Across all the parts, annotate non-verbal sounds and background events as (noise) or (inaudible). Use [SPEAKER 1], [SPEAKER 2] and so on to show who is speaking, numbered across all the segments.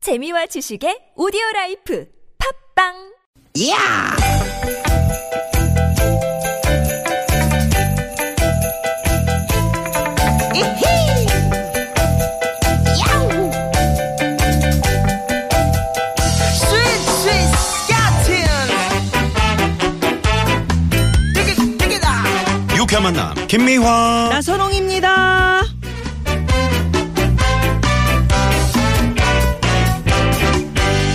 [SPEAKER 1] 재미와 지식의 오디오 라이프 팝빵!
[SPEAKER 2] 야! 이히! 야우! 스윗 스윗 야틴! 띠기 띠기다!
[SPEAKER 3] 유쾌한 만남 김미화
[SPEAKER 4] 나선홍입니다.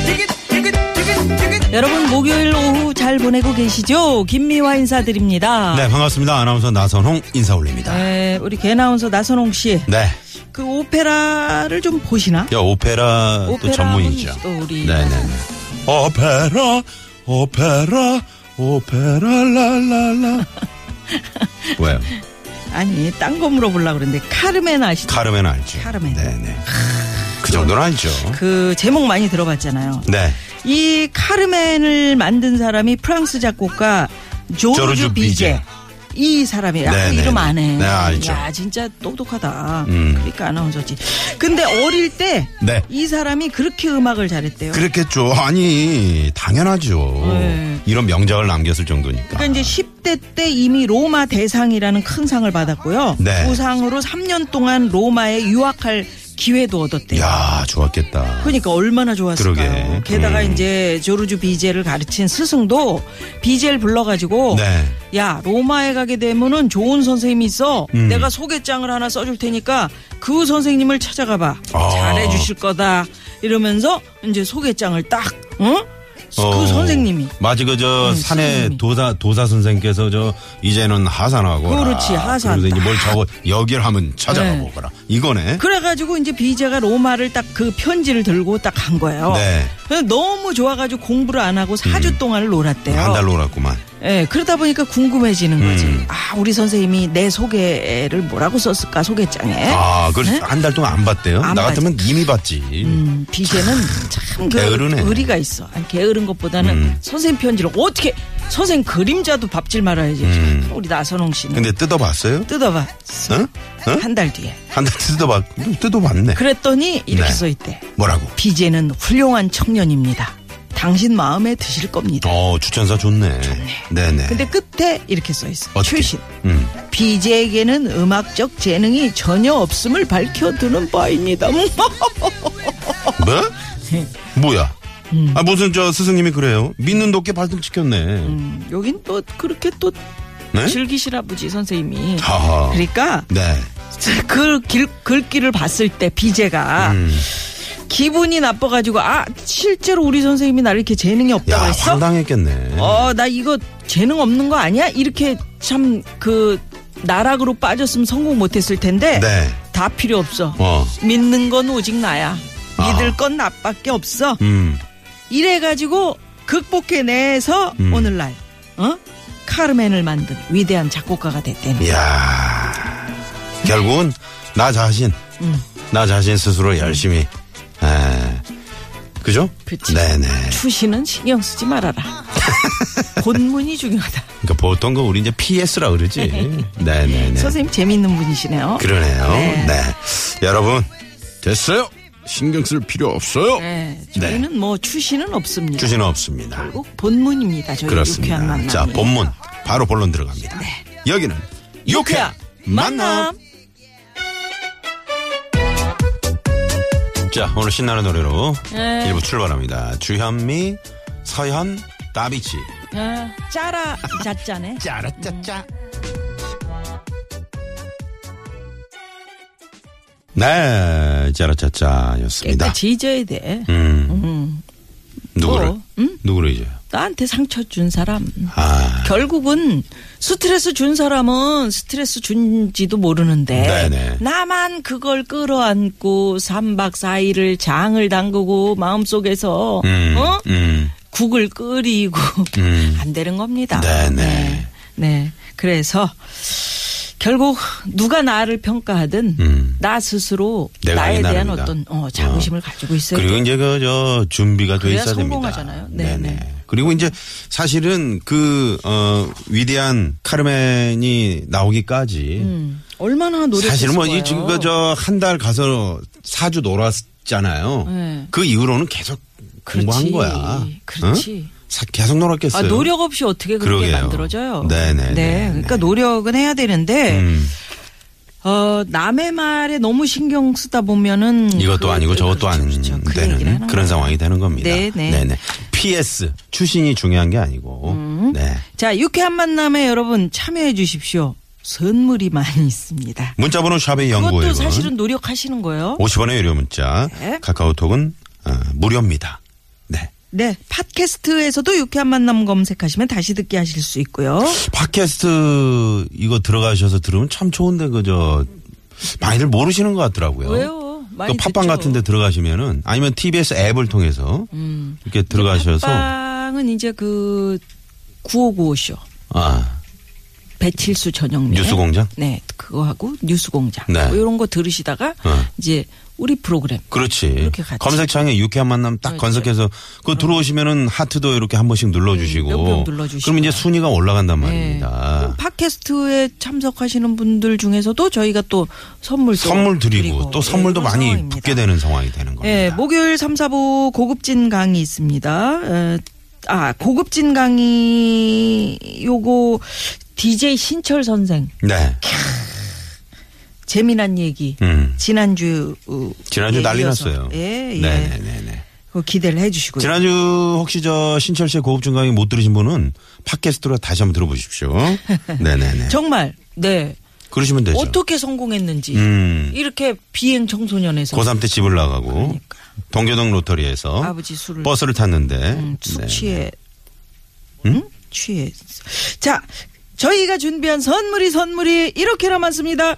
[SPEAKER 2] 띠기 띠기 띠기 띠기
[SPEAKER 4] 여러분 목요일 오후 잘 보내고 계시죠? 김미화 인사드립니다.
[SPEAKER 3] 네 반갑습니다 아나운서 나선홍 인사 올립니다
[SPEAKER 4] 네, 우리 개나운서 나선홍 씨.
[SPEAKER 3] 네야
[SPEAKER 4] 그 오페라를 좀 보시나?
[SPEAKER 3] 오페라 또
[SPEAKER 4] 오페라
[SPEAKER 3] 전문이죠
[SPEAKER 4] 하면 또 우리-
[SPEAKER 3] 네네네 오페라 오페라 오페라
[SPEAKER 4] (laughs)
[SPEAKER 3] 랄랄라 왜요
[SPEAKER 4] 아니, 딴 거 물어보려고 그랬는데 카르멘 아시죠?
[SPEAKER 3] 카르멘 알죠
[SPEAKER 4] 카르멘. 아,
[SPEAKER 3] 네네 그 정도는 알죠
[SPEAKER 4] 그 제목 많이 들어봤잖아요.
[SPEAKER 3] 네
[SPEAKER 4] 이 카르멘을 만든 사람이 프랑스 작곡가 조르주,
[SPEAKER 3] 조르주 비제.
[SPEAKER 4] 비제. 이 사람이 야,
[SPEAKER 3] 네네네.
[SPEAKER 4] 이름 안 해.
[SPEAKER 3] 네, 알죠.
[SPEAKER 4] 야, 진짜 똑똑하다.
[SPEAKER 3] 음.
[SPEAKER 4] 그러니까 아나운서지. 근데 어릴 때 이
[SPEAKER 3] 네.
[SPEAKER 4] 사람이 그렇게 음악을 잘했대요.
[SPEAKER 3] 그렇겠죠 아니 당연하죠
[SPEAKER 4] 네.
[SPEAKER 3] 이런 명작을 남겼을 정도니까
[SPEAKER 4] 그러니까 이제 10대 때 이미 로마 대상이라는 큰 상을 받았고요. 그
[SPEAKER 3] 네.
[SPEAKER 4] 부상으로 3년 동안 로마에 유학할 기회도 얻었대요.
[SPEAKER 3] 야 좋았겠다
[SPEAKER 4] 그러니까 얼마나 좋았을까요.
[SPEAKER 3] 그러게.
[SPEAKER 4] 게다가
[SPEAKER 3] 음.
[SPEAKER 4] 이제 조르주 비제를 가르친 스승도 비제를 불러가지고
[SPEAKER 3] 네
[SPEAKER 4] 야 로마에 가게 되면은 좋은 선생님이 있어.
[SPEAKER 3] 음.
[SPEAKER 4] 내가 소개장을 하나 써줄 테니까 그 선생님을 찾아가봐.
[SPEAKER 3] 아.
[SPEAKER 4] 잘해주실 거다. 이러면서 이제 소개장을 딱 응? 그
[SPEAKER 3] 어,
[SPEAKER 4] 선생님이
[SPEAKER 3] 맞아 그저
[SPEAKER 4] 응,
[SPEAKER 3] 산에
[SPEAKER 4] 선생님이.
[SPEAKER 3] 도사 도사 선생께서 저 이제는 하산하고
[SPEAKER 4] 그렇지, 하산.
[SPEAKER 3] 그래서 이제 뭘 적어 여길 하면 찾아가고
[SPEAKER 4] 네.
[SPEAKER 3] 거라 이거네
[SPEAKER 4] 그래가지고 이제 비제가 로마를 딱 그 편지를 들고 딱 간 거예요.
[SPEAKER 3] 네. 음.
[SPEAKER 4] 근데 너무 좋아가지고 공부를 안 하고 4주 동안을 놀았대요.
[SPEAKER 3] 한 달 놀았구만
[SPEAKER 4] 예, 그러다 보니까 궁금해지는 거지.
[SPEAKER 3] 음.
[SPEAKER 4] 아, 우리 선생님이 내 소개를 뭐라고 썼을까, 소개장에.
[SPEAKER 3] 아 그걸
[SPEAKER 4] 네?
[SPEAKER 3] 한 달 동안 안 봤대요
[SPEAKER 4] 안
[SPEAKER 3] 나
[SPEAKER 4] 봤지.
[SPEAKER 3] 같으면 이미 봤지
[SPEAKER 4] 음, 비제는 참 그,
[SPEAKER 3] 게으르네.
[SPEAKER 4] 의리가 있어. 아니, 게으른 것보다는
[SPEAKER 3] 음.
[SPEAKER 4] 선생님 편지를 어떻게, 선생님 그림자도 밥질 말아야지.
[SPEAKER 3] 음.
[SPEAKER 4] 우리 나선홍 씨는.
[SPEAKER 3] 근데 뜯어봤어요
[SPEAKER 4] 뜯어봐.
[SPEAKER 3] 응? 응?
[SPEAKER 4] 한 달 뒤에.
[SPEAKER 3] 한 달 뜯어봤 뜯어봤네
[SPEAKER 4] 그랬더니 이렇게
[SPEAKER 3] 네.
[SPEAKER 4] 써있대.
[SPEAKER 3] 뭐라고
[SPEAKER 4] 비제는 훌륭한 청년입니다. 당신 마음에 드실 겁니다.
[SPEAKER 3] 어 추천사 좋네 네네
[SPEAKER 4] 근데 끝에 이렇게 써 있어.
[SPEAKER 3] 어떻게?
[SPEAKER 4] 출신.
[SPEAKER 3] 음.
[SPEAKER 4] BJ에게는 음악적 재능이 전혀 없음을 밝혀두는 바입니다. 음,
[SPEAKER 3] 뭐?
[SPEAKER 4] 네.
[SPEAKER 3] 뭐야 아 무슨 저 스승님이 그래요 믿는 도께 발등 찍혔네
[SPEAKER 4] 음, 여긴 또 그렇게 또
[SPEAKER 3] 네 아.
[SPEAKER 4] 즐기시라 보지 선생님이.
[SPEAKER 3] 하하
[SPEAKER 4] 그러니까
[SPEAKER 3] 네
[SPEAKER 4] 그 길, 글귀를 봤을 때 BJ가
[SPEAKER 3] 음.
[SPEAKER 4] 기분이 나빠가지고 아 실제로 우리 선생님이 나를 이렇게 재능이 없다고
[SPEAKER 3] 야,
[SPEAKER 4] 했어?
[SPEAKER 3] 황당했겠네.
[SPEAKER 4] 어 나 이거 재능 없는 거 아니야? 이렇게 참 그 나락으로 빠졌으면 성공 못했을 텐데
[SPEAKER 3] 네.
[SPEAKER 4] 다 필요 없어.
[SPEAKER 3] 어.
[SPEAKER 4] 믿는 건 오직 나야.
[SPEAKER 3] 아.
[SPEAKER 4] 믿을 건 나밖에 없어.
[SPEAKER 3] 음.
[SPEAKER 4] 이래가지고 극복해내서
[SPEAKER 3] 음.
[SPEAKER 4] 오늘날 어? 카르멘을 만든 위대한 작곡가가 됐대는.
[SPEAKER 3] 이야. 결국은 나 자신,
[SPEAKER 4] 음.
[SPEAKER 3] 나 자신 스스로 열심히. 에. 그죠?
[SPEAKER 4] 그치.
[SPEAKER 3] 네네.
[SPEAKER 4] 추시는 신경
[SPEAKER 3] (laughs)
[SPEAKER 4] 쓰지 말아라. 본문이 중요하다.
[SPEAKER 3] 그러니까 보통 거 우리 이제 PS라
[SPEAKER 4] (laughs)
[SPEAKER 3] 그러지. 네네네.
[SPEAKER 4] 선생님 재미있는 분이시네요.
[SPEAKER 3] 예. 그러네요.
[SPEAKER 4] 네.
[SPEAKER 3] 네. 여러분. 됐어요. 신경 쓸 필요 없어요.
[SPEAKER 4] 네, 저희는 뭐 추시는 없습니다.
[SPEAKER 3] 주제는 없습니다.
[SPEAKER 4] 꼭 본문입니다. 저희 유쾌한
[SPEAKER 3] 그렇습니다.
[SPEAKER 4] 만남. 예. 네.
[SPEAKER 3] 자, 본문. 바로 본론 들어갑니다. 여기는
[SPEAKER 4] 유쾌한
[SPEAKER 3] 유쾌한 만남.
[SPEAKER 4] 만남.
[SPEAKER 3] 자, 오늘 신나는 노래로
[SPEAKER 4] 네.
[SPEAKER 3] 일부 출발합니다. 주현미, 서현, 다비치.
[SPEAKER 4] 아, 짜라 잣짜네.
[SPEAKER 3] 짜라짜짜. 네, 짜라짜짜였습니다.
[SPEAKER 4] 깨끗이 잊어야 그러니까 돼.
[SPEAKER 3] 음. 누구를?
[SPEAKER 4] 뭐, 음?
[SPEAKER 3] 누구를 이제?
[SPEAKER 4] 나한테 상처 준 사람.
[SPEAKER 3] 아,
[SPEAKER 4] 결국은 스트레스 준 사람은 스트레스 준지도 모르는데
[SPEAKER 3] 네네.
[SPEAKER 4] 나만 그걸 끌어안고 3박 4일을 장을 담그고 마음속에서
[SPEAKER 3] 음,
[SPEAKER 4] 어?
[SPEAKER 3] 음,
[SPEAKER 4] 국을 끓이고
[SPEAKER 3] 음.
[SPEAKER 4] (laughs) 안 되는 겁니다.
[SPEAKER 3] 네네.
[SPEAKER 4] 네. 네. 그래서 결국 누가 나를 평가하든
[SPEAKER 3] 음.
[SPEAKER 4] 나 스스로
[SPEAKER 3] 내가
[SPEAKER 4] 나에
[SPEAKER 3] 하긴
[SPEAKER 4] 대한
[SPEAKER 3] 합니다.
[SPEAKER 4] 어떤 어, 자부심을 가지고 있어야
[SPEAKER 3] 그리고 이제 그 저 준비가 돼
[SPEAKER 4] 네. 그래야
[SPEAKER 3] 있어야 됩니다.
[SPEAKER 4] 성공하잖아요. 네, 네.
[SPEAKER 3] 그리고 이제 사실은 그 어, 위대한 카르멘이 나오기까지 뭐
[SPEAKER 4] 음. 얼마나 노력했을까요?
[SPEAKER 3] 그 사실은 뭐 이 지금 그저한 달 가서 사주 놀았. 놀았잖아요.
[SPEAKER 4] 네.
[SPEAKER 3] 그 이후로는 계속 공부한
[SPEAKER 4] 그렇지.
[SPEAKER 3] 거야.
[SPEAKER 4] 그렇지.
[SPEAKER 3] 응? 사- 계속 놀았겠어요.
[SPEAKER 4] 아, 노력 없이 어떻게 그렇게
[SPEAKER 3] 그러게요.
[SPEAKER 4] 만들어져요?
[SPEAKER 3] 네네네.
[SPEAKER 4] 네, 그러니까 노력은 해야 되는데
[SPEAKER 3] 음,
[SPEAKER 4] 어, 남의 말에 너무 신경 쓰다 보면은
[SPEAKER 3] 이것도
[SPEAKER 4] 그-
[SPEAKER 3] 아니고 저것도
[SPEAKER 4] 그렇죠,
[SPEAKER 3] 안
[SPEAKER 4] 그렇죠. 그
[SPEAKER 3] 되는
[SPEAKER 4] 얘기를 하는
[SPEAKER 3] 그런
[SPEAKER 4] 거예요.
[SPEAKER 3] 상황이 되는 겁니다.
[SPEAKER 4] 네네.
[SPEAKER 3] PS 출신이 중요한 게 아니고.
[SPEAKER 4] 음.
[SPEAKER 3] 네.
[SPEAKER 4] 자, 유쾌한 만남에 여러분 참여해 주십시오. 선물이 많이 있습니다.
[SPEAKER 3] 문자번호 샵의
[SPEAKER 4] 그것도
[SPEAKER 3] 연구에
[SPEAKER 4] 사실은 노력하시는
[SPEAKER 3] 어?
[SPEAKER 4] 거예요.
[SPEAKER 3] 50원의 유료 문자.
[SPEAKER 4] 네.
[SPEAKER 3] 카카오톡은 어, 무료입니다. 네.
[SPEAKER 4] 네, 팟캐스트에서도 유쾌한 만남 검색하시면 다시 듣기 하실 수 있고요.
[SPEAKER 3] 팟캐스트 이거 들어가셔서 들으면 참 좋은데 그저 많이들 모르시는 것 같더라고요.
[SPEAKER 4] 왜요? 많이
[SPEAKER 3] 그 팟빵
[SPEAKER 4] 듣죠.
[SPEAKER 3] 같은 데 들어가시면은 아니면 TBS 앱을 통해서
[SPEAKER 4] 음.
[SPEAKER 3] 이렇게 들어가셔서
[SPEAKER 4] 빵은 이제 그 9595쇼
[SPEAKER 3] 아,
[SPEAKER 4] 배칠수 전영미
[SPEAKER 3] 뉴스공장?
[SPEAKER 4] 네, 그거 하고 뉴스공장
[SPEAKER 3] 네.
[SPEAKER 4] 뭐 이런 거 들으시다가
[SPEAKER 3] 어.
[SPEAKER 4] 이제 우리 프로그램
[SPEAKER 3] 그렇지.
[SPEAKER 4] 이렇게 그렇죠. 같이.
[SPEAKER 3] 검색창에 유쾌한 만남 딱 검색해서 그거 들어오시면은 하트도 이렇게 한 번씩 눌러주시고.
[SPEAKER 4] 네, 몇 명 눌러주시고. 네.
[SPEAKER 3] 그럼 이제 순위가 올라간단
[SPEAKER 4] 그럼
[SPEAKER 3] 말입니다.
[SPEAKER 4] 팟캐스트에 참석하시는 분들 중에서도 저희가 또 선물 또
[SPEAKER 3] 선물 드리고, 또 선물도
[SPEAKER 4] 예, 그런
[SPEAKER 3] 많이
[SPEAKER 4] 상황입니다.
[SPEAKER 3] 붙게 되는 상황이 되는 겁니다.
[SPEAKER 4] 예, 목요일 3, 4부 고급진 강의 있습니다. 에, 아, 고급진 강의 요거 DJ 신철 선생
[SPEAKER 3] 네.
[SPEAKER 4] 재미난 얘기
[SPEAKER 3] 음.
[SPEAKER 4] 지난주 어,
[SPEAKER 3] 지난주
[SPEAKER 4] 예,
[SPEAKER 3] 난리
[SPEAKER 4] 이어서.
[SPEAKER 3] 났어요.
[SPEAKER 4] 예, 예.
[SPEAKER 3] 네네네네.
[SPEAKER 4] 그거 기대를 해 주시고요.
[SPEAKER 3] 지난주 혹시 저 신철 씨의 고급 중강의 못 들으신 분은 팟캐스트로 다시 한번
[SPEAKER 4] (laughs)
[SPEAKER 3] 들어보십시오. 네네네.
[SPEAKER 4] 정말 네.
[SPEAKER 3] 그러시면 되죠.
[SPEAKER 4] 어떻게 성공했는지
[SPEAKER 3] 음.
[SPEAKER 4] 이렇게 비행 청소년에서
[SPEAKER 3] 고3 때 집을 나가고
[SPEAKER 4] 그러니까.
[SPEAKER 3] 동교동 로터리에서
[SPEAKER 4] 아버지 술을
[SPEAKER 3] 버스를 탔는데
[SPEAKER 4] 음, 술
[SPEAKER 3] 네.
[SPEAKER 4] 취해 응? 취해 자 저희가 준비한 선물이 선물이 이렇게나 많습니다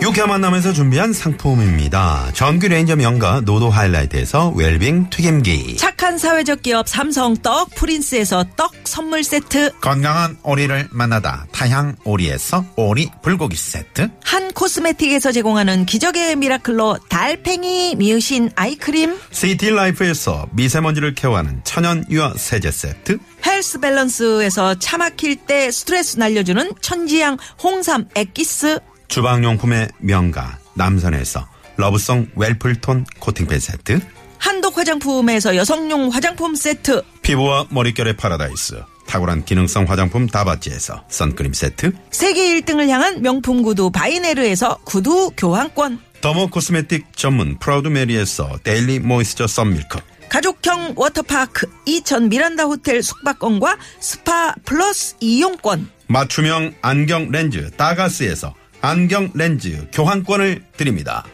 [SPEAKER 3] 유쾌한 만남에서 준비한 상품입니다. 전규 레인저 명가 노도 하이라이트에서 웰빙 튀김기
[SPEAKER 4] 착한 사회적 기업 삼성 떡 프린스에서 떡 선물 세트
[SPEAKER 5] 건강한 오리를 만나다 타향 오리에서 오리 불고기 세트
[SPEAKER 4] 한 코스메틱에서 제공하는 기적의 미라클로 달팽이 미으신 아이크림
[SPEAKER 5] 시티라이프에서 미세먼지를 케어하는 천연 유화 세제 세트
[SPEAKER 4] 헬스 밸런스에서 차 막힐 때 스트레스 날려주는 천지향 홍삼 액기스
[SPEAKER 5] 주방용품의 명가 남선에서 러브송 웰플톤 코팅팬 세트
[SPEAKER 4] 한독 화장품에서 여성용 화장품 세트
[SPEAKER 5] 피부와 머릿결의 파라다이스 탁월한 기능성 화장품 다바찌에서 선크림 세트
[SPEAKER 4] 세계 1등을 향한 명품 구두 바이네르에서 구두 교환권
[SPEAKER 5] 더모 코스메틱 전문 프라우드 메리에서 데일리 모이스처 썬밀크
[SPEAKER 4] 가족형 워터파크 이천 미란다 호텔 숙박권과 스파 플러스 이용권
[SPEAKER 5] 맞춤형 안경 렌즈 다가스에서 안경 렌즈 교환권을 드립니다.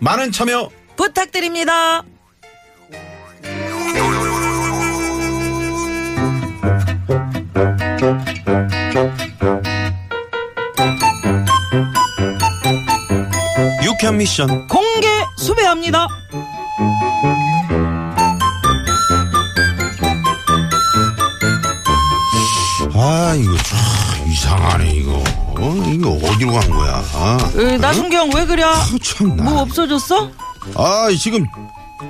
[SPEAKER 5] 많은 참여
[SPEAKER 4] 부탁드립니다.
[SPEAKER 3] 유쾌한 미션
[SPEAKER 4] 공개 수배합니다.
[SPEAKER 3] 아 이거 참 이상하네 이거 어, 이거 어디로 간 거야 아,
[SPEAKER 4] 나순경 왜 그래?
[SPEAKER 3] 참나
[SPEAKER 4] 뭐 없어졌어?
[SPEAKER 3] 아 지금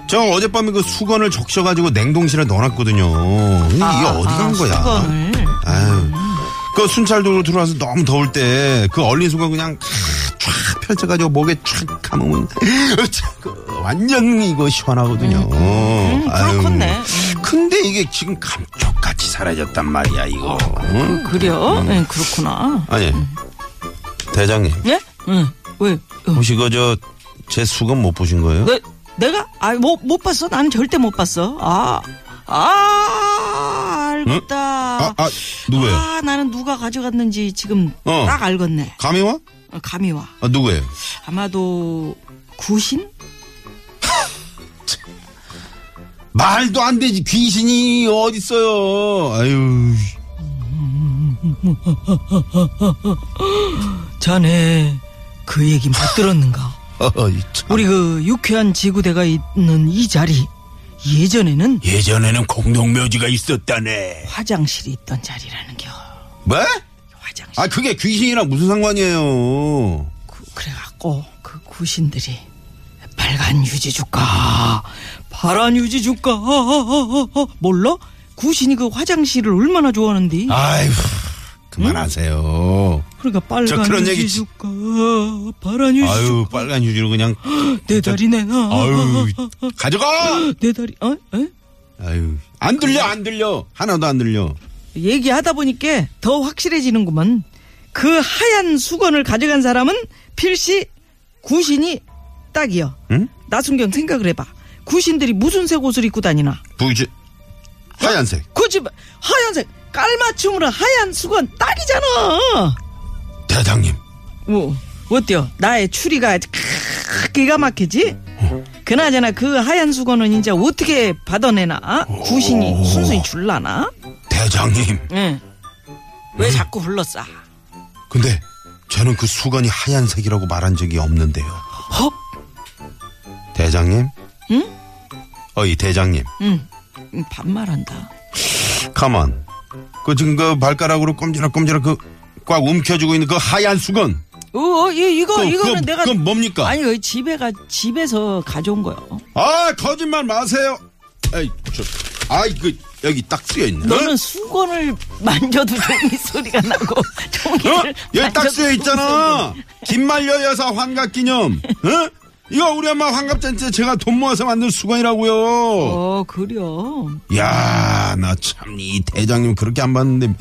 [SPEAKER 3] 저 어젯밤에 그 수건을 적셔가지고 냉동실에 넣어놨거든요 이게 어디 간 거야
[SPEAKER 4] 아, 수건을
[SPEAKER 3] 아유. 그 순찰도로 들어와서 너무 더울 때 그 얼린 수건 그냥 쫙 펼쳐가지고 목에 쫙 감으면 (laughs) 으차, 그 완전 이거 시원하거든요. 아유.
[SPEAKER 4] 음, 그렇겠네.
[SPEAKER 3] 근데 이게 지금 감쪽같이 사라졌단 말이야 이거. 음, 응?
[SPEAKER 4] 그래요? 네, 그렇구나.
[SPEAKER 3] 아니 대장님
[SPEAKER 4] 예? 응. 왜? 어.
[SPEAKER 3] 혹시 그저 제 수건 못 보신 거예요?
[SPEAKER 4] 왜? 내가 아못못 봤어. 나는 절대 못 봤어. 아. 아, 알겠다.
[SPEAKER 3] 아, 아 누구예요?
[SPEAKER 4] 아, 나는 누가 가져갔는지 지금
[SPEAKER 3] 어.
[SPEAKER 4] 딱 알겠네.
[SPEAKER 3] 감이 와?
[SPEAKER 4] 어, 감이 와.
[SPEAKER 3] 아, 누구예요?
[SPEAKER 4] 아마도 구신?
[SPEAKER 3] 말도 안 되지 귀신이 어딨어요? 아유.
[SPEAKER 4] 자네 그 얘기 못 들었는가?
[SPEAKER 3] 어이, 참.
[SPEAKER 4] 우리 그 유쾌한 지구대가 있는 이 자리 예전에는
[SPEAKER 3] 예전에는 공동묘지가 있었다네.
[SPEAKER 4] 화장실이 있던 자리라는 겨.
[SPEAKER 3] 뭐?
[SPEAKER 4] 화장실.
[SPEAKER 3] 아 그게 귀신이랑 무슨 상관이에요?
[SPEAKER 4] 그, 그래갖고 그 구신들이 빨간 유지 주가 파란 유지 어, 주가 어, 몰라?
[SPEAKER 3] 아,
[SPEAKER 4] 구신이 그 화장실을 얼마나 좋아하는디?
[SPEAKER 3] 아휴 그만하세요.
[SPEAKER 6] 그러니까
[SPEAKER 3] 저
[SPEAKER 6] 빨간
[SPEAKER 3] 그런 얘기 지-
[SPEAKER 6] 유지주가 파란
[SPEAKER 3] 아유
[SPEAKER 6] 유지주
[SPEAKER 3] 빨간 휴지로 그냥
[SPEAKER 6] 내 다리
[SPEAKER 4] 어,
[SPEAKER 6] 내놔
[SPEAKER 3] 아유 가져가
[SPEAKER 6] 내 다리 어? 에?
[SPEAKER 3] 아유 안 들려 안 들려 하나도 안 들려
[SPEAKER 6] 얘기하다 보니까 더 확실해지는구만 그 하얀 수건을 가져간 사람은 필시 구신이 딱이여
[SPEAKER 3] 응?
[SPEAKER 6] 나순경 생각을 해봐 구신들이 무슨 색 옷을 입고 다니나
[SPEAKER 3] 부지 하얀색
[SPEAKER 6] 굳이 마- 하얀색 깔맞춤으로 하얀 수건 딱이잖아
[SPEAKER 3] 대장님
[SPEAKER 6] 뭐 어때요? 나의 추리가 크- 기가 막히지? 그나저나 그 하얀 수건은 이제 어떻게 받아내나? 구신이 순순히 줄라나?
[SPEAKER 3] 대장님
[SPEAKER 6] 응. 왜 자꾸 불렀어?
[SPEAKER 3] 근데 저는 그 수건이 하얀색이라고 말한 적이 없는데요
[SPEAKER 6] 헉? 어?
[SPEAKER 3] 대장님 어이 대장님
[SPEAKER 6] 응. 응, 음, 반말한다.
[SPEAKER 3] 가만 그 지금 그 발가락으로 꼼지락꼼지락 그 꽉 움켜쥐고 있는 그 하얀 수건
[SPEAKER 6] 어, 어, 이, 이거,
[SPEAKER 3] 그거,
[SPEAKER 6] 이거는
[SPEAKER 3] 그거,
[SPEAKER 6] 내가.
[SPEAKER 3] 그건 뭡니까?
[SPEAKER 6] 아니, 여기 집에 가, 집에서 가져온 거야.
[SPEAKER 3] 아 거짓말 마세요. 아이 저 아이 그 여기 딱 쓰여 있네.
[SPEAKER 6] 너는 수건을 (laughs) 만져도 종이 소리가 나고, (laughs)
[SPEAKER 3] 어?
[SPEAKER 6] 종이를.
[SPEAKER 3] 여기 딱
[SPEAKER 6] 만져도
[SPEAKER 3] 쓰여 있잖아. 김말려 여사 환갑 기념. 어? 이거 우리 엄마 환갑 잔치에 제가 돈 모아서 만든 수건이라고요.
[SPEAKER 6] 어, 그려.
[SPEAKER 3] 야, 나 참 이 대장님 그렇게 안 봤는데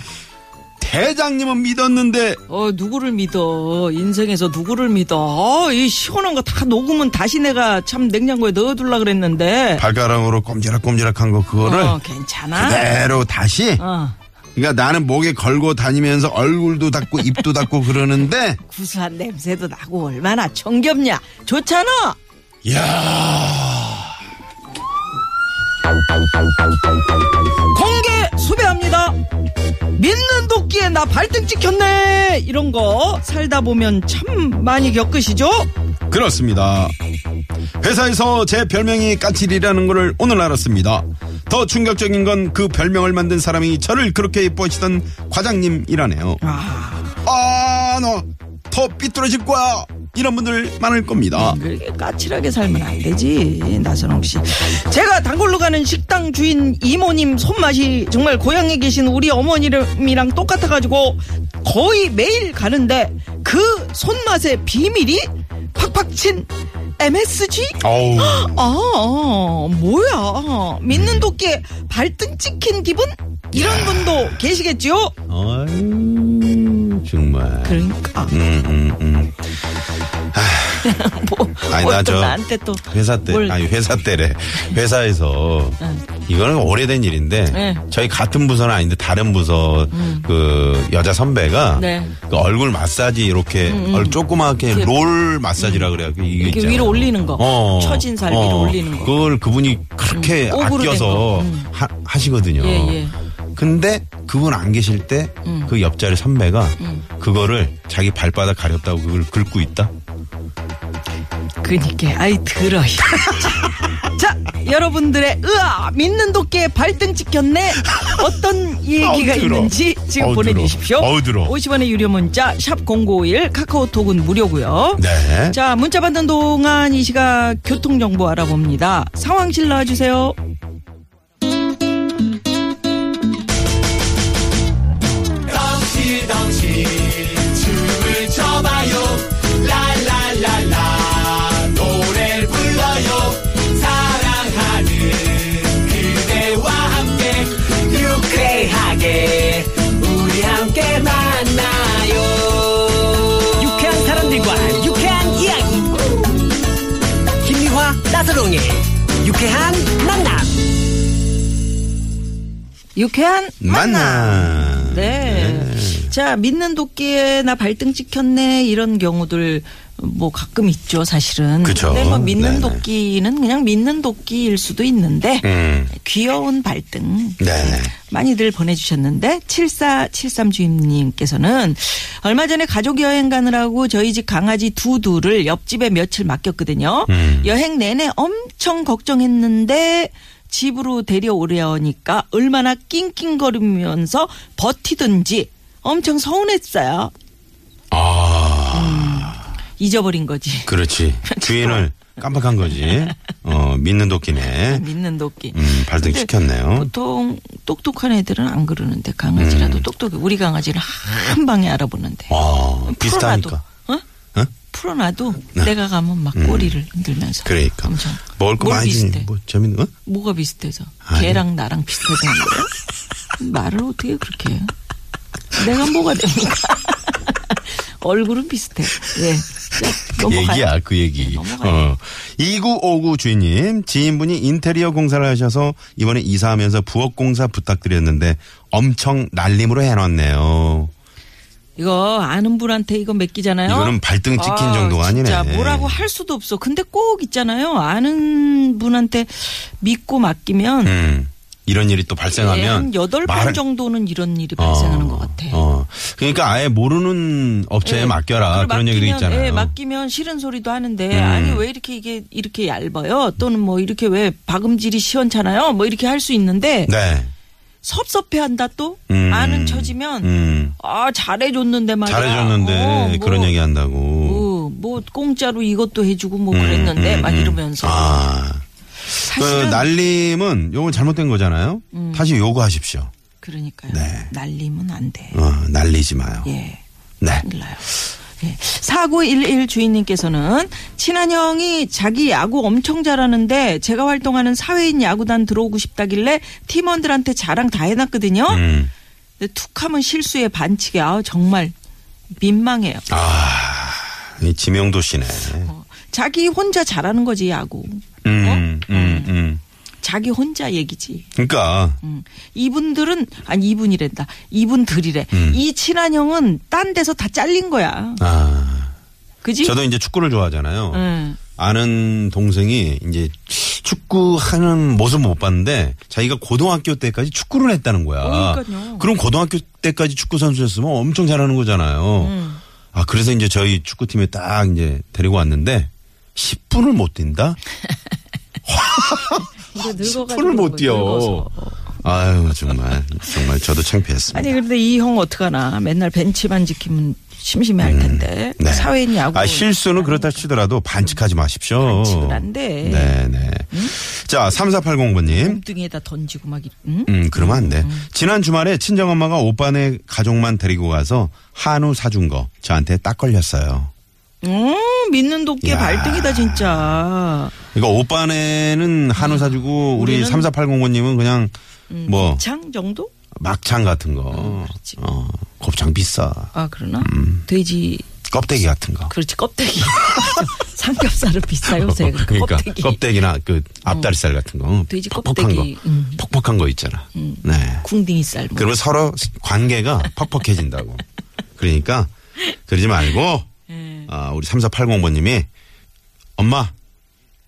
[SPEAKER 3] 대장님은 믿었는데
[SPEAKER 6] 어, 누구를 믿어. 인생에서 누구를 믿어. 어, 이 시원한 거 다 녹으면 다시 내가 참 냉장고에 넣어둘라 그랬는데.
[SPEAKER 3] 발가락으로 꼼지락꼼지락한 거 그거를
[SPEAKER 6] 어, 괜찮아.
[SPEAKER 3] 그대로 다시
[SPEAKER 6] 어,
[SPEAKER 3] 그러니까 나는 목에 걸고 다니면서 얼굴도 닦고 입도 닦고 그러는데
[SPEAKER 6] 구수한 냄새도 나고 얼마나 정겹냐. 좋잖아.
[SPEAKER 3] 야
[SPEAKER 6] 공개 수배합니다. 믿는 도끼에 나 발등 찍혔네. 이런 거 살다 보면 참 많이 겪으시죠?
[SPEAKER 3] 그렇습니다. 회사에서 제 별명이 까칠이라는 것을 오늘 알았습니다. 더 충격적인 건 그 별명을 만든 사람이 저를 그렇게 예뻐하시던 과장님이라네요.
[SPEAKER 6] 아,
[SPEAKER 3] 아, 너 더 삐뚤어질 거야. 이런 분들 많을 겁니다.
[SPEAKER 6] 그렇게 까칠하게 살면 안 되지. 나선홍 씨. 제가 단골로 가는 식당 주인 이모님 손맛이 정말 고향에 계신 우리 어머님이랑 똑같아가지고 거의 매일 가는데 그 손맛의 비밀이 팍팍 친 MSG?
[SPEAKER 3] (gasps) 어우,
[SPEAKER 6] 아, 뭐야. 믿는 도끼에 발등 찍힌 기분? 이런 분도 계시겠지요?
[SPEAKER 3] 어이, 정말.
[SPEAKER 6] 그러니까.
[SPEAKER 3] 음, 음, 음.
[SPEAKER 6] 뭐,
[SPEAKER 3] 아니,
[SPEAKER 6] 뭘
[SPEAKER 3] 나
[SPEAKER 6] 또
[SPEAKER 3] 저-
[SPEAKER 6] 나한테 또.
[SPEAKER 3] 회사 때,
[SPEAKER 6] 뭘- 음.
[SPEAKER 3] 아니, 회사 때래. 회사에서, 이거는 오래된 일인데,
[SPEAKER 6] 네. 음.
[SPEAKER 3] 저희 같은 부서는 아닌데, 다른 부서, 그, 여자 선배가,
[SPEAKER 6] 네. 음,
[SPEAKER 3] 그 얼굴 마사지, 이렇게, 얼 조그맣게 롤 마사지라 그래요. 이게
[SPEAKER 6] 이렇게
[SPEAKER 3] 있잖아요.
[SPEAKER 6] 위로 올리는 거. 처진 살 위로 올리는 거.
[SPEAKER 3] 어. 그걸 그분이 그렇게
[SPEAKER 6] 음, 오그로 된
[SPEAKER 3] 아껴서
[SPEAKER 6] 거. 음.
[SPEAKER 3] 하, 시거든요
[SPEAKER 6] 예, 음. 예.
[SPEAKER 3] 근데 그분 안 계실 때 그 옆자리 선배가
[SPEAKER 6] 음.
[SPEAKER 3] 그거를 자기 발바닥 가렵다고 그걸 긁고 있다.
[SPEAKER 6] 그니까, 아이, 들어. 이 진짜. 자, 여러분들의, 으아! 믿는 도끼에 발등 찍혔네? 어떤 얘기가
[SPEAKER 3] 어우, 들어.
[SPEAKER 6] 있는지 지금
[SPEAKER 3] 어우,
[SPEAKER 6] 보내주십시오.
[SPEAKER 3] 들어. 어우, 들어.
[SPEAKER 6] 50원의 유료 문자, 샵0951, 카카오톡은 무료고요
[SPEAKER 3] 네.
[SPEAKER 6] 자, 문자 받는 동안 이 시각 교통정보 알아봅니다. 상황실 나와주세요.
[SPEAKER 7] 유쾌하게 우리 함께 만나요 유쾌한 사람들과 유쾌한 이야기 김미화 나서롱의 유쾌한 만남
[SPEAKER 6] 유쾌한 만남.
[SPEAKER 3] 만나.
[SPEAKER 6] 네. 자, 믿는 도끼에 나 발등 찍혔네 이런 경우들 뭐 가끔 있죠, 사실은.
[SPEAKER 3] 그쵸.
[SPEAKER 6] 근데 뭐
[SPEAKER 3] 네네.
[SPEAKER 6] 믿는 도끼는 그냥 믿는 도끼일 수도 있는데
[SPEAKER 3] 음.
[SPEAKER 6] 귀여운 발등.
[SPEAKER 3] 네네.
[SPEAKER 6] 많이들 보내주셨는데 7473 주임님께서는 얼마 전에 가족 여행 가느라고 저희 집 강아지 두두를 옆집에 며칠 맡겼거든요.
[SPEAKER 3] 음.
[SPEAKER 6] 여행 내내 엄청 걱정했는데 집으로 데려오려니까 얼마나 낑낑거리면서 버티든지 엄청 서운했어요. 음,
[SPEAKER 3] 아,
[SPEAKER 6] 잊어버린 거지. (laughs)
[SPEAKER 3] 그렇지. 주인을 깜빡한 거지. 어, 믿는 도끼네.
[SPEAKER 4] 믿는 도끼.
[SPEAKER 3] 음, 발등
[SPEAKER 4] 근데
[SPEAKER 3] 시켰네요.
[SPEAKER 4] 보통 똑똑한 애들은 안 그러는데 강아지라도
[SPEAKER 3] 음.
[SPEAKER 4] 똑똑해. 우리 강아지를 한 방에 알아보는데.
[SPEAKER 6] 뭐
[SPEAKER 3] 와, 비슷하니까.
[SPEAKER 4] 풀어놔도, 어?
[SPEAKER 3] 어? 네. 음.
[SPEAKER 4] 풀어놔도 내가 가면 막 꼬리를 흔들면서.
[SPEAKER 3] 그러니까.
[SPEAKER 4] 엄청.
[SPEAKER 3] 먹을 거
[SPEAKER 4] 뭘
[SPEAKER 3] 많이 주니.
[SPEAKER 4] 비슷해.
[SPEAKER 3] 뭐, 재밌는 거?
[SPEAKER 4] 뭐가 비슷해서.
[SPEAKER 3] 아니.
[SPEAKER 4] 걔랑 나랑 비슷하다는
[SPEAKER 3] (laughs)
[SPEAKER 4] 거야? 말을 어떻게 그렇게 해요? 내가 뭐가 됩니까? (laughs) 얼굴은 비슷해. 예. 자, 넘어가요. 네,
[SPEAKER 3] 얘기야, 그 얘기.
[SPEAKER 4] 넘어가요.
[SPEAKER 3] 어. 2959 주인님, 지인분이 인테리어 공사를 하셔서 이번에 이사하면서 부엌 공사 부탁드렸는데 엄청 날림으로 해놨네요.
[SPEAKER 4] 이거 아는 분한테 이거 맡기잖아요.
[SPEAKER 3] 이거는 발등 찍힌
[SPEAKER 4] 네? 아,
[SPEAKER 3] 정도가 아니네.
[SPEAKER 4] 진짜 뭐라고 할 수도 없어. 근데 꼭 있잖아요. 아는 분한테 믿고 맡기면
[SPEAKER 3] 음. 이런 일이 또
[SPEAKER 4] 예,
[SPEAKER 3] 발생하면.
[SPEAKER 4] 한 여덟 번
[SPEAKER 3] 말을-
[SPEAKER 4] 정도는 이런 일이 발생하는 것 같아.
[SPEAKER 3] 어. 그러니까 아예 모르는 업체에
[SPEAKER 4] 예.
[SPEAKER 3] 맡겨라.
[SPEAKER 4] 그걸
[SPEAKER 3] 그런 얘기도
[SPEAKER 4] 맡기면,
[SPEAKER 3] 있잖아요. 음.
[SPEAKER 4] 예, 맡기면 싫은 소리도 하는데 아니 왜 이렇게 이게 이렇게 얇아요? 또는 뭐 이렇게 왜 박음질이 시원찮아요? 뭐 이렇게 할 수 있는데
[SPEAKER 3] 네.
[SPEAKER 4] 섭섭해한다 또
[SPEAKER 3] 음.
[SPEAKER 4] 아는 처지면
[SPEAKER 3] 음.
[SPEAKER 4] 아 잘해줬는데 말이야.
[SPEAKER 3] 잘해줬는데
[SPEAKER 4] 어, 뭐,
[SPEAKER 3] 그런 얘기 한다고.
[SPEAKER 4] 뭐, 뭐 공짜로 이것도 해주고 뭐 그랬는데 막 이러면서
[SPEAKER 3] 음, 아. 그
[SPEAKER 4] 사실은 음.
[SPEAKER 3] 날림은 요건 잘못된 거잖아요. 다시 요구하십시오.
[SPEAKER 4] 그러니까요.
[SPEAKER 3] 네.
[SPEAKER 4] 날리면 안 돼.
[SPEAKER 3] 어, 날리지 마요.
[SPEAKER 4] 예.
[SPEAKER 3] 네.
[SPEAKER 4] 큰일 나요. 예. 4911 주인님께서는 친한 형이 자기 야구 엄청 잘하는데 제가 활동하는 사회인 야구단 들어오고 싶다길래 팀원들한테 자랑 다 해놨거든요.
[SPEAKER 3] 음.
[SPEAKER 4] 근데 툭 하면 실수에 반칙이 아 정말 민망해요.
[SPEAKER 3] 아, 이 지명도 씨네.
[SPEAKER 4] 어, 자기 혼자 잘하는 거지 야구.
[SPEAKER 3] 음, 음, 음.
[SPEAKER 4] 자기 혼자 얘기지.
[SPEAKER 3] 그러니까
[SPEAKER 4] 네. 음. 이분들은 아니 이분이란다. 이분들이래.
[SPEAKER 3] 음.
[SPEAKER 4] 이 친한 형은 딴 데서 다 잘린 거야.
[SPEAKER 3] 아,
[SPEAKER 4] 그지?
[SPEAKER 3] 저도 이제 축구를 좋아하잖아요.
[SPEAKER 4] 음.
[SPEAKER 3] 아는 동생이 이제 축구하는 모습 못 봤는데 자기가 고등학교 때까지 축구를 했다는 거야.
[SPEAKER 4] 그러니까요.
[SPEAKER 3] 럼 고등학교 때까지 축구 선수였으면 엄청 잘하는 거잖아요.
[SPEAKER 4] 음.
[SPEAKER 3] 아 그래서 이제 저희 축구팀에 딱 이제 데리고 왔는데 10분을 못 뛴다.
[SPEAKER 4] 늙어가지고 뭐
[SPEAKER 3] 10분을 못 뛰어.
[SPEAKER 4] 늙어서.
[SPEAKER 3] 아유 정말 정말 저도 창피했습니다.
[SPEAKER 4] 아니 그런데 이 형 어떡하나 맨날 벤치만 지키면 심심해 할 텐데
[SPEAKER 3] 네.
[SPEAKER 4] 사회인 야구
[SPEAKER 3] 아, 실수는 그렇다 치더라도 반칙하지 마십시오.
[SPEAKER 4] 반칙은 안 돼.
[SPEAKER 3] 네네. 자, 3480번님.
[SPEAKER 4] 몸뚱이에다 던지고 막 이- 응?
[SPEAKER 3] 음, 그러면 안 돼. 지난 주말에 친정엄마가 오빠네 가족만 데리고 가서 한우 사준 거 저한테 딱 걸렸어요.
[SPEAKER 4] 음, 믿는 도끼의
[SPEAKER 3] 야.
[SPEAKER 4] 발등이다 진짜
[SPEAKER 3] 그러니까 오빠네는 한우 사주고 우리
[SPEAKER 4] 음. 우리는-
[SPEAKER 3] 3480번님은 그냥 뭐
[SPEAKER 4] 창 정도
[SPEAKER 3] 막창 같은 거.
[SPEAKER 4] 음, 그렇지.
[SPEAKER 3] 어, 곱창 비싸.
[SPEAKER 4] 아 그러나
[SPEAKER 3] 음.
[SPEAKER 4] 돼지
[SPEAKER 3] 껍데기 같은 거.
[SPEAKER 4] 그렇지 껍데기 (laughs) 삼겹살은 비싸요 요새 그
[SPEAKER 3] 그러니까
[SPEAKER 4] 껍데기 음.
[SPEAKER 3] 나 그 앞다리살 같은 거,
[SPEAKER 4] 돼지
[SPEAKER 3] 퍽퍽한
[SPEAKER 4] 껍데기.
[SPEAKER 3] 거,
[SPEAKER 4] 음.
[SPEAKER 3] 퍽퍽한 거 있잖아. 네.
[SPEAKER 4] 궁둥이 쌀 뭐.
[SPEAKER 3] 그러면 서로 관계가 퍽퍽해진다고. 그러니까 그러지 말고
[SPEAKER 4] 예.
[SPEAKER 3] 아, 우리 3480번님이 엄마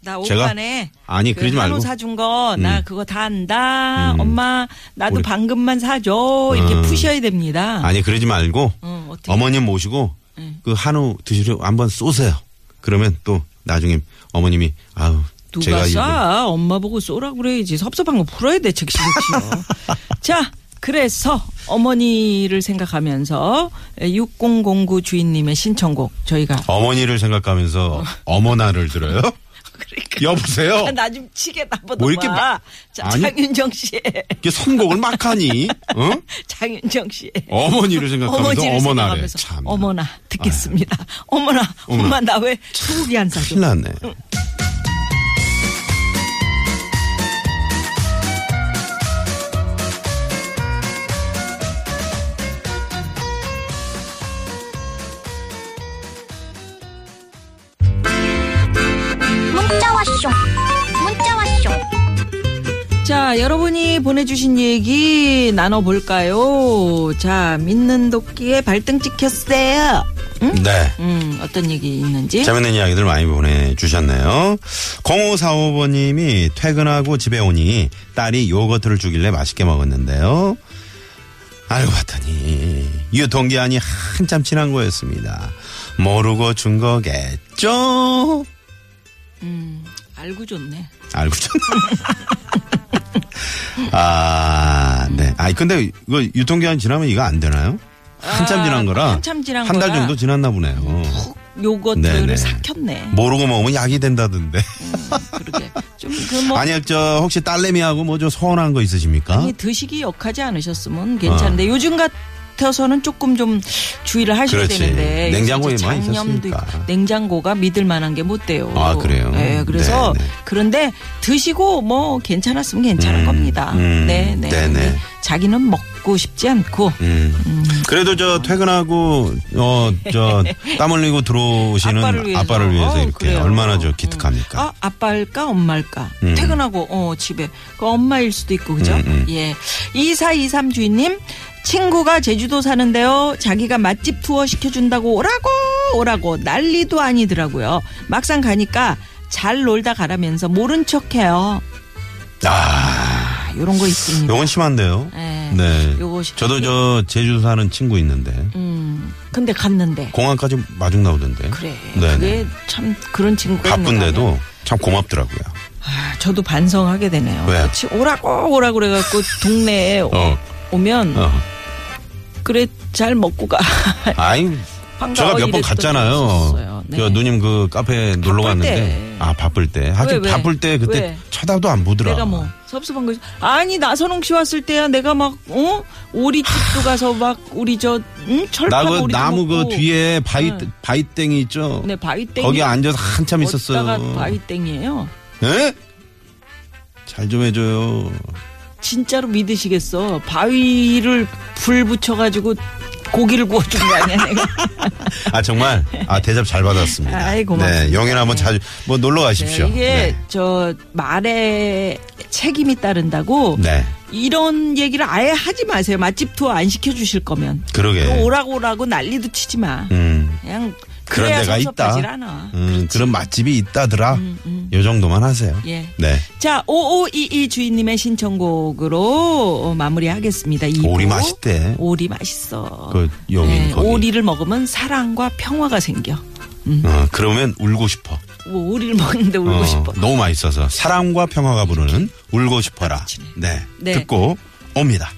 [SPEAKER 4] 나
[SPEAKER 3] 제가?
[SPEAKER 4] 오빠네
[SPEAKER 3] 아니, 그러지 말고.
[SPEAKER 4] 한우 사준 거 나
[SPEAKER 3] 음.
[SPEAKER 4] 그거 다 안다 엄마 나도
[SPEAKER 3] 우리-
[SPEAKER 4] 방금만 사줘 이렇게
[SPEAKER 3] 음.
[SPEAKER 4] 푸셔야 됩니다
[SPEAKER 3] 아니 그러지 말고
[SPEAKER 4] 어, 어떻게? 예.
[SPEAKER 3] 어머님 모시고 그 한우 드시려 한번 쏘세요. 그러면 또 나중에 어머님이 아우
[SPEAKER 4] 누가
[SPEAKER 3] 이걸-
[SPEAKER 4] 쏴? 엄마 보고 쏘라 그래야지. 섭섭한 거 풀어야 돼, 즉시 즉시요.
[SPEAKER 3] (laughs)
[SPEAKER 4] 자, 그래서 어머니를 생각하면서 6009 주인님의 신청곡 저희가
[SPEAKER 3] 어머니를 생각하면서 어머나를
[SPEAKER 4] (laughs)
[SPEAKER 3] 들어요. 여보세요.
[SPEAKER 4] 그러니까. 나 좀 치게 나보다
[SPEAKER 3] 뭐 이렇게
[SPEAKER 4] 마.
[SPEAKER 3] 막-
[SPEAKER 4] 자,
[SPEAKER 3] 아니.
[SPEAKER 4] 장윤정 씨의
[SPEAKER 3] 이게 선곡을 막 하니 어?
[SPEAKER 4] 장윤정 씨의
[SPEAKER 3] 어머니를 생각하면서
[SPEAKER 4] 어머니를
[SPEAKER 3] 어머나를
[SPEAKER 4] 생각하면서
[SPEAKER 3] 참 아, 예.
[SPEAKER 4] 어머나 듣겠습니다. 어머나, 엄마 나 왜 소고기 안 사줘?
[SPEAKER 3] 큰일 났네.
[SPEAKER 8] 문자 왔쇼 문자 왔쇼
[SPEAKER 4] 자, 여러분이 보내주신 얘기 나눠볼까요? 자, 믿는 도끼에 발등 찍혔어요. 응?
[SPEAKER 3] 네.
[SPEAKER 4] 음, 어떤 얘기 있는지?
[SPEAKER 3] 재밌는 이야기들 많이 보내주셨네요. 0545번님이 퇴근하고 집에 오니 딸이 요거트를 주길래 맛있게 먹었는데요. 알고 봤더니 유통기한이 한참 지난 거였습니다. 모르고 준 거겠죠?
[SPEAKER 4] 알고 좋네.
[SPEAKER 3] 알고 전. (laughs) 아, 네. 아니, 근데 이거 유통기한 지나면 이거 안 되나요? 한참
[SPEAKER 4] 아,
[SPEAKER 3] 지난 거라.
[SPEAKER 4] 한참 지난
[SPEAKER 3] 한달
[SPEAKER 4] 거라.
[SPEAKER 3] 정도 지났나 보네요.
[SPEAKER 4] 요거트를
[SPEAKER 3] 네네.
[SPEAKER 4] 삭혔네.
[SPEAKER 3] 모르고 먹으면 약이 된다던데.
[SPEAKER 4] 그러게 좀 그뭐
[SPEAKER 3] 아니, 저, 혹시 딸내미하고 뭐 좀 서운한 거 있으십니까? 아.
[SPEAKER 4] 아니 드식이 역하지 않으셨으면 괜찮은데 요즘 같아서는 조금 좀 주의를 하셔야
[SPEAKER 3] 그렇지.
[SPEAKER 4] 되는데
[SPEAKER 3] 냉장고에
[SPEAKER 4] 요새
[SPEAKER 3] 많이
[SPEAKER 4] 장염도
[SPEAKER 3] 있었으니까.
[SPEAKER 4] 있고 냉장고가 믿을 만한 게 못 돼요.
[SPEAKER 3] 아, 그래요?
[SPEAKER 4] 네, 그래서
[SPEAKER 3] 네네.
[SPEAKER 4] 그런데 드시고 뭐 괜찮았으면 괜찮은
[SPEAKER 3] 음,
[SPEAKER 4] 겁니다.
[SPEAKER 3] 음,
[SPEAKER 4] 네, 네.
[SPEAKER 3] 네네.
[SPEAKER 4] 근데 자기는 먹고 싶지 않고
[SPEAKER 3] 음. 그래도 저 퇴근하고 어
[SPEAKER 4] (laughs)
[SPEAKER 3] 저 땀 흘리고 들어오시는
[SPEAKER 4] 아빠를
[SPEAKER 3] 아빠를
[SPEAKER 4] 위해서.
[SPEAKER 3] 위해서,
[SPEAKER 4] 어우,
[SPEAKER 3] 이렇게
[SPEAKER 4] 그래요.
[SPEAKER 3] 얼마나 저
[SPEAKER 4] 음.
[SPEAKER 3] 기특합니까?
[SPEAKER 4] 아, 아빠일까 엄마일까
[SPEAKER 3] 음.
[SPEAKER 4] 퇴근하고 어 집에 그 엄마일 수도 있고 그죠?
[SPEAKER 3] 음, 음.
[SPEAKER 4] 예. 2423 주인님 친구가 제주도 사는데요. 자기가 맛집 투어 시켜준다고 오라고 오라고 난리도 아니더라고요. 막상 가니까 잘 놀다 가라면서 모른 척해요.
[SPEAKER 3] 아,
[SPEAKER 4] 아, 요런 거 있습니다.
[SPEAKER 3] 요건 심한데요.
[SPEAKER 4] 예.
[SPEAKER 3] 네.
[SPEAKER 4] 요거 심-
[SPEAKER 3] 저도 저 제주도 사는 친구 있는데
[SPEAKER 4] 음. 근데 갔는데
[SPEAKER 3] 공항까지 마중 나오던데.
[SPEAKER 4] 그래.
[SPEAKER 3] 네네.
[SPEAKER 4] 그게 참 그런 친구가 있는가 하면
[SPEAKER 3] 바쁜데도 참 고맙더라고요.
[SPEAKER 4] 아, 저도 반성하게 되네요.
[SPEAKER 3] 왜?
[SPEAKER 4] 그렇지 오라고 오라고 그래갖고 동네에
[SPEAKER 3] 어.
[SPEAKER 4] 오면
[SPEAKER 3] 어.
[SPEAKER 4] 그래 잘 먹고 가. (laughs)
[SPEAKER 3] 아이
[SPEAKER 4] 반가워
[SPEAKER 3] 제가 몇 번
[SPEAKER 4] 이랬던 적이 있었어요.
[SPEAKER 3] 갔잖아요.
[SPEAKER 4] 네.
[SPEAKER 3] 저 누님 그 카페 놀러 갔는데
[SPEAKER 4] 때.
[SPEAKER 3] 아 바쁠 때 하긴
[SPEAKER 4] 왜, 왜?
[SPEAKER 3] 바쁠 때 그때
[SPEAKER 4] 왜?
[SPEAKER 3] 쳐다도 안 보더라.
[SPEAKER 4] 내가 뭐 섭섭한 거지. 아니 나선홍 씨 왔을 때야 내가 막어 오리집도 가서 막 우리 저 응?
[SPEAKER 3] 나
[SPEAKER 4] 철판
[SPEAKER 3] 그
[SPEAKER 4] 오리도
[SPEAKER 3] 나무 그
[SPEAKER 4] 먹고.
[SPEAKER 3] 뒤에 바위
[SPEAKER 4] 네.
[SPEAKER 3] 바위땡이 있죠.
[SPEAKER 4] 네 바위땡
[SPEAKER 3] 거기 앉아서 한참
[SPEAKER 4] 가
[SPEAKER 3] 있었어요.
[SPEAKER 4] 바위땡이에요.
[SPEAKER 3] 에? 잘 좀 해줘요.
[SPEAKER 4] 진짜로 믿으시겠어? 바위를 불 붙여가지고 고기를 구워준 거 아니야
[SPEAKER 3] (laughs)
[SPEAKER 4] 내가?
[SPEAKER 3] 아 정말 아 대접 잘 받았습니다.
[SPEAKER 4] (laughs) 아이, 고맙습니다. 네,
[SPEAKER 3] 네, 영일 한번 자주 뭐 놀러 가십시오.
[SPEAKER 4] 이게 저 말에 책임이 따른다고
[SPEAKER 3] 네. 네.
[SPEAKER 4] 이런 얘기를 아예 하지 마세요. 맛집 투어 안 시켜주실 거면.
[SPEAKER 3] 그러게.
[SPEAKER 4] 또 오라고 오라고 난리도 치지 마.
[SPEAKER 3] 네. 음.
[SPEAKER 4] 그냥
[SPEAKER 3] 그런
[SPEAKER 4] 그래야
[SPEAKER 3] 데가 있다.
[SPEAKER 4] 섭섭하질 않아.
[SPEAKER 3] 음, 그런 맛집이 있다더라.
[SPEAKER 4] 음.
[SPEAKER 3] 요 정도만 하세요.
[SPEAKER 4] 예.
[SPEAKER 3] 네.
[SPEAKER 4] 자, 5522 주인님의 신청곡으로 어, 마무리하겠습니다. 이부.
[SPEAKER 3] 오리 맛있대.
[SPEAKER 4] 오리 맛있어. 네,
[SPEAKER 3] 그 여기 거기.
[SPEAKER 4] 오리를 먹으면 사랑과 평화가 생겨.
[SPEAKER 3] 어, 그러면 울고 싶어.
[SPEAKER 4] 뭐 오리를 먹는데 울고
[SPEAKER 3] 어,
[SPEAKER 4] 싶어. 아,
[SPEAKER 3] 너무 맛있어서 사랑과 평화가 부르는 울고 싶어라. 네.
[SPEAKER 4] 네.
[SPEAKER 3] 듣고 옵니다.